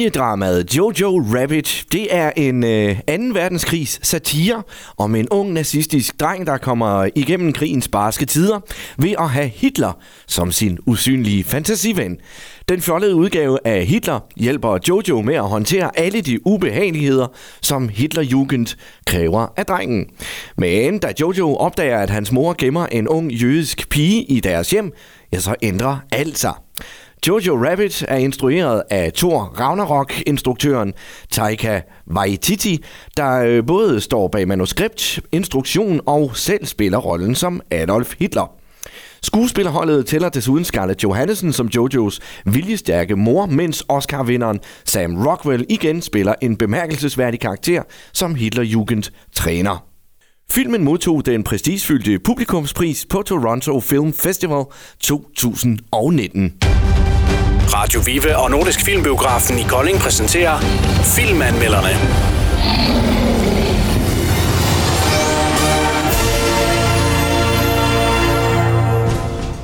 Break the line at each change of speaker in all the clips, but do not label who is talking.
Komediedramaet Jojo Rabbit, det er en øh, 2. verdenskrigs satire om en ung nazistisk dreng, der kommer igennem krigens barske tider ved at have Hitler som sin usynlige fantasiven. Den fjollede udgave af Hitler hjælper Jojo med at håndtere alle de ubehageligheder, som Hitlerjugend kræver af drengen. Men da Jojo opdager, at hans mor gemmer en ung jødisk pige i deres hjem, ja, så ændrer alt sig. Jojo Rabbit er instrueret af Thor Ragnarok-instruktøren Taika Waititi, der øh, både står bag manuskript, instruktion og selv spiller rollen som Adolf Hitler. Skuespillerholdet tæller desuden Scarlett Johansson som Jojos viljestærke mor, mens Oscar-vinderen Sam Rockwell igen spiller en bemærkelsesværdig karakter som Hitlerjugend træner. Filmen modtog den prestigefyldte publikumspris på Toronto Film Festival 2019.
Radio Vive og Nordisk Filmbiografen i Kolding præsenterer Filmanmelderne.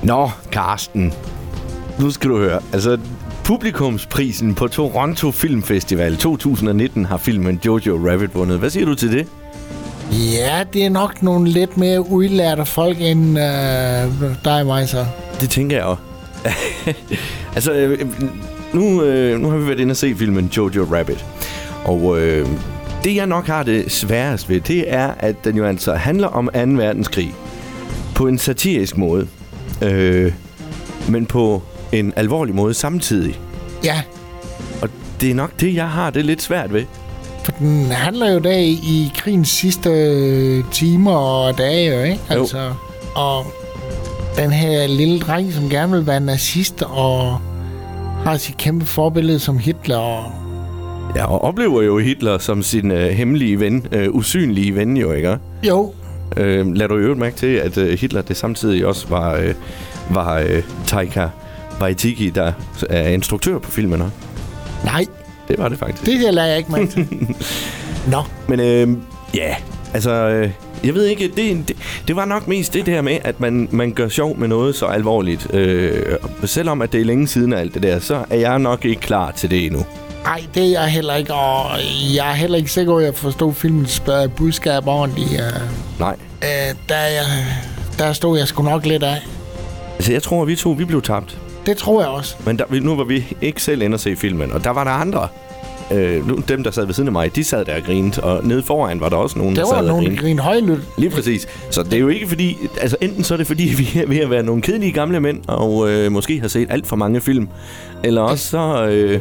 Nå, Karsten. Nu skal du høre. Altså, publikumsprisen på Toronto Film Festival 2019 har filmen Jojo Rabbit vundet. Hvad siger du til det?
Ja, det er nok nogle lidt mere udlærte folk end øh, dig og mig så.
Det tænker jeg også. altså, øh, nu, øh, nu har vi været inde og se filmen Jojo Rabbit. Og øh, det, jeg nok har det sværest ved, det er, at den jo altså handler om 2. verdenskrig. På en satirisk måde. Øh, men på en alvorlig måde samtidig.
Ja,
Og det er nok det, jeg har det lidt svært ved.
for den handler jo der i krigens sidste øh, timer og dage, jo, ikke?
Jo.
Altså, og den her lille dreng, som gerne vil være nazist og har sit kæmpe forbillede som Hitler. Og,
Ja, og oplever jo Hitler som sin øh, hemmelige ven, øh, usynlige ven jo, ikke?
jo,
Øh, lad du i øvrigt mærke til, at øh, Hitler det samtidig også var, øh, var øh, Taika Waititi, der er instruktør på filmen også.
nej,
Det var det faktisk.
det her lader jeg ikke mærke til. Nå,
Men øh, ja, altså... Øh, jeg ved ikke, det, det, det var nok mest det der med, at man, man gør sjov med noget så alvorligt. Øh, og selvom at det er længe siden af alt det der, så er jeg nok ikke klar til det endnu.
nej, det er jeg heller ikke, og jeg er heller ikke sikker på, at jeg forstod filmens øh, budskab ordentligt. Øh.
Nej.
øh, der, jeg, der stod jeg sgu nok lidt af.
Altså, jeg tror, at vi to vi blev tabt.
Det tror jeg også.
Men der, nu var vi ikke selv inde og se filmen, og der var der andre. Øh, nu, dem, der sad ved siden af mig, de sad der og grinede, og nede foran var der også nogen,
Der
der
var
sad og
nogen,
grinede.
der grinede højlydt.
Lige præcis. Så det er jo ikke fordi... Altså, enten så er det fordi, vi er ved at være nogle kedelige gamle mænd, og øh, måske har set alt for mange film. Eller også så... Øh,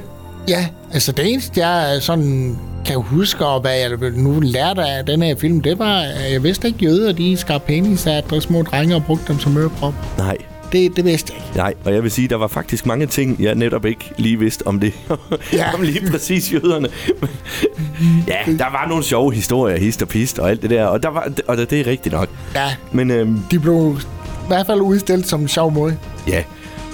Ja, altså det eneste, jeg sådan kan huske, og hvad jeg nu lærte af den her film, det var, at jeg vidste ikke, jøder, de skar penis af andre små drenge og brugte dem som øreprop.
nej,
Det, det vidste jeg ikke.
nej. Og jeg vil sige, der var faktisk mange ting, jeg netop ikke lige vidste om det.
Ja.
om lige præcis jøderne. ja, der var nogle sjove historier, hist og pist og alt det der. Og, der var, og det er rigtigt nok.
Ja,
Men øhm,
de blev i hvert fald udstillet som en sjov måde.
Ja,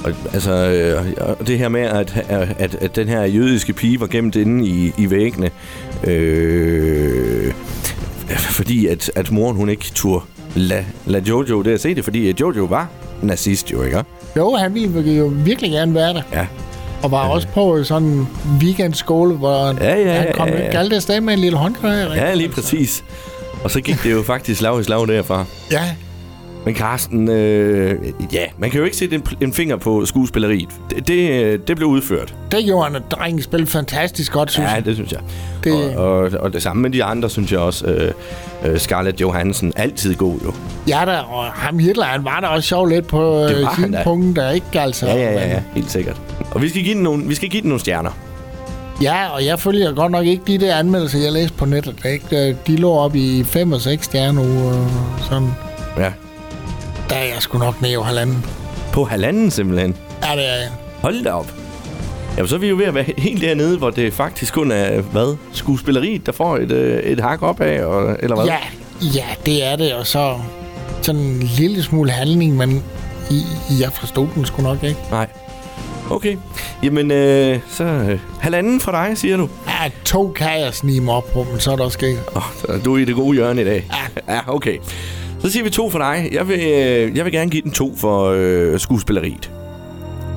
og altså øh, og det her med, at, at, at den her jødiske pige var gemt inde i, i væggene, øh, fordi at, at moren hun ikke turde lade lad Jojo der se det, fordi at Jojo var nazist jo, ikke?
Jo, han ville jo virkelig gerne være der.
Ja,
Og var også på sådan en weekendskole, hvor
Ja, ja,
han kom
ja, ja.
galt afsted med en lille håndgranat. ikke?
ja lige præcis. Og så gik det jo faktisk slag i slag derfra.
Ja,
Men Carsten, øh, ja, man kan jo ikke sætte en, pl- en finger på skuespilleriet. Det, det, øh, det blev udført.
Det gjorde han, og drengen spillede fantastisk godt, synes
Ja,
jeg.
det synes jeg.
Det-
Og, og, og det samme med de andre, synes jeg også. Øh, øh, Scarlett Johansson, altid god jo.
Ja, da, og ham Hitler, han var da også sjov lidt på øh,
Det var han
sine
da.
punkter, ikke altså? Men-
Helt sikkert. Og vi skal give den nogle, vi skal give den nogle stjerner.
ja, og jeg følger godt nok ikke de der anmeldelser, jeg læste på nettet, ikke? Øh, De lå op i 5 og 6 stjerner nu, øh, sådan.
Ja.
Der er jeg sgu nok nede over halvanden.
På halvanden simpelthen.
Ja, det er jeg.
Hold da op. Jamen, så er vi jo ved at være helt dernede, hvor det faktisk kun er, hvad, skuespilleriet, der får et, øh, et hak op af, og, eller hvad?
Ja, ja, det er det, og så sådan en lille smule handling, men i, jeg forstod den sgu nok, ikke?
Nej. Okay. Jamen, øh, så øh, halvanden fra dig, siger du.
Ja, to kan jeg snige mig op på, men så er der også sket.
Oh, så er du er i det gode hjørne i dag. Ja. ja, okay. Så siger vi to for dig.
Mhm.
Jeg vil, øh, jeg vil gerne give den to for øh, skuespilleriet.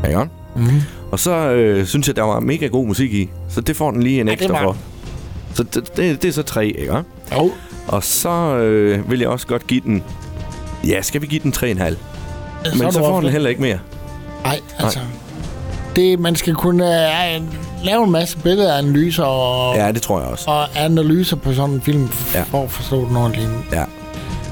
Ja, mm. Og så øh, synes jeg, der var mega god musik i. Så det får den lige en
Ja, det
ekstra
var
for.
den.
Så det, det, det er så tre, ikke?
Jo,
Og så øh, vil jeg også godt give den... Ja, skal vi give den 3,5?
er
Men
du
så får
også-
den heller ikke mere.
Nej, altså... Det, man skal kunne øh, lave en masse billedeanalyser og, ja.
Ja, det tror jeg også.
og analyser på sådan en film, f-
Ja.
for at forstå den ordentligt.
Ja.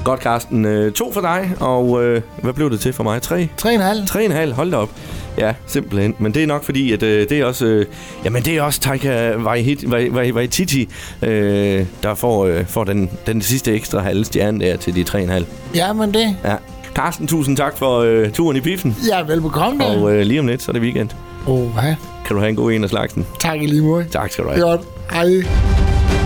Godt, Carsten. Øh, to for dig, og øh, hvad blev det til for mig? Tre?
3,5.
3,5, hold da op. Ja, simpelthen. Men det er nok fordi, at øh, det er også... Øh, jamen, det er også Taika Waititi, Wai- Wai- Waititi, øh, der får, øh, får den, den sidste ekstra halve stjerne der til de 3,5.
Ja, men det...
Ja. Carsten, tusind tak for øh, turen i biffen.
Ja, velbekomme da.
Og øh, lige om lidt, så er det weekend.
Oha.
Kan du have en god en af slagsen?
Tak i lige måde.
Tak skal du
Det er
have.
Godt. Hej.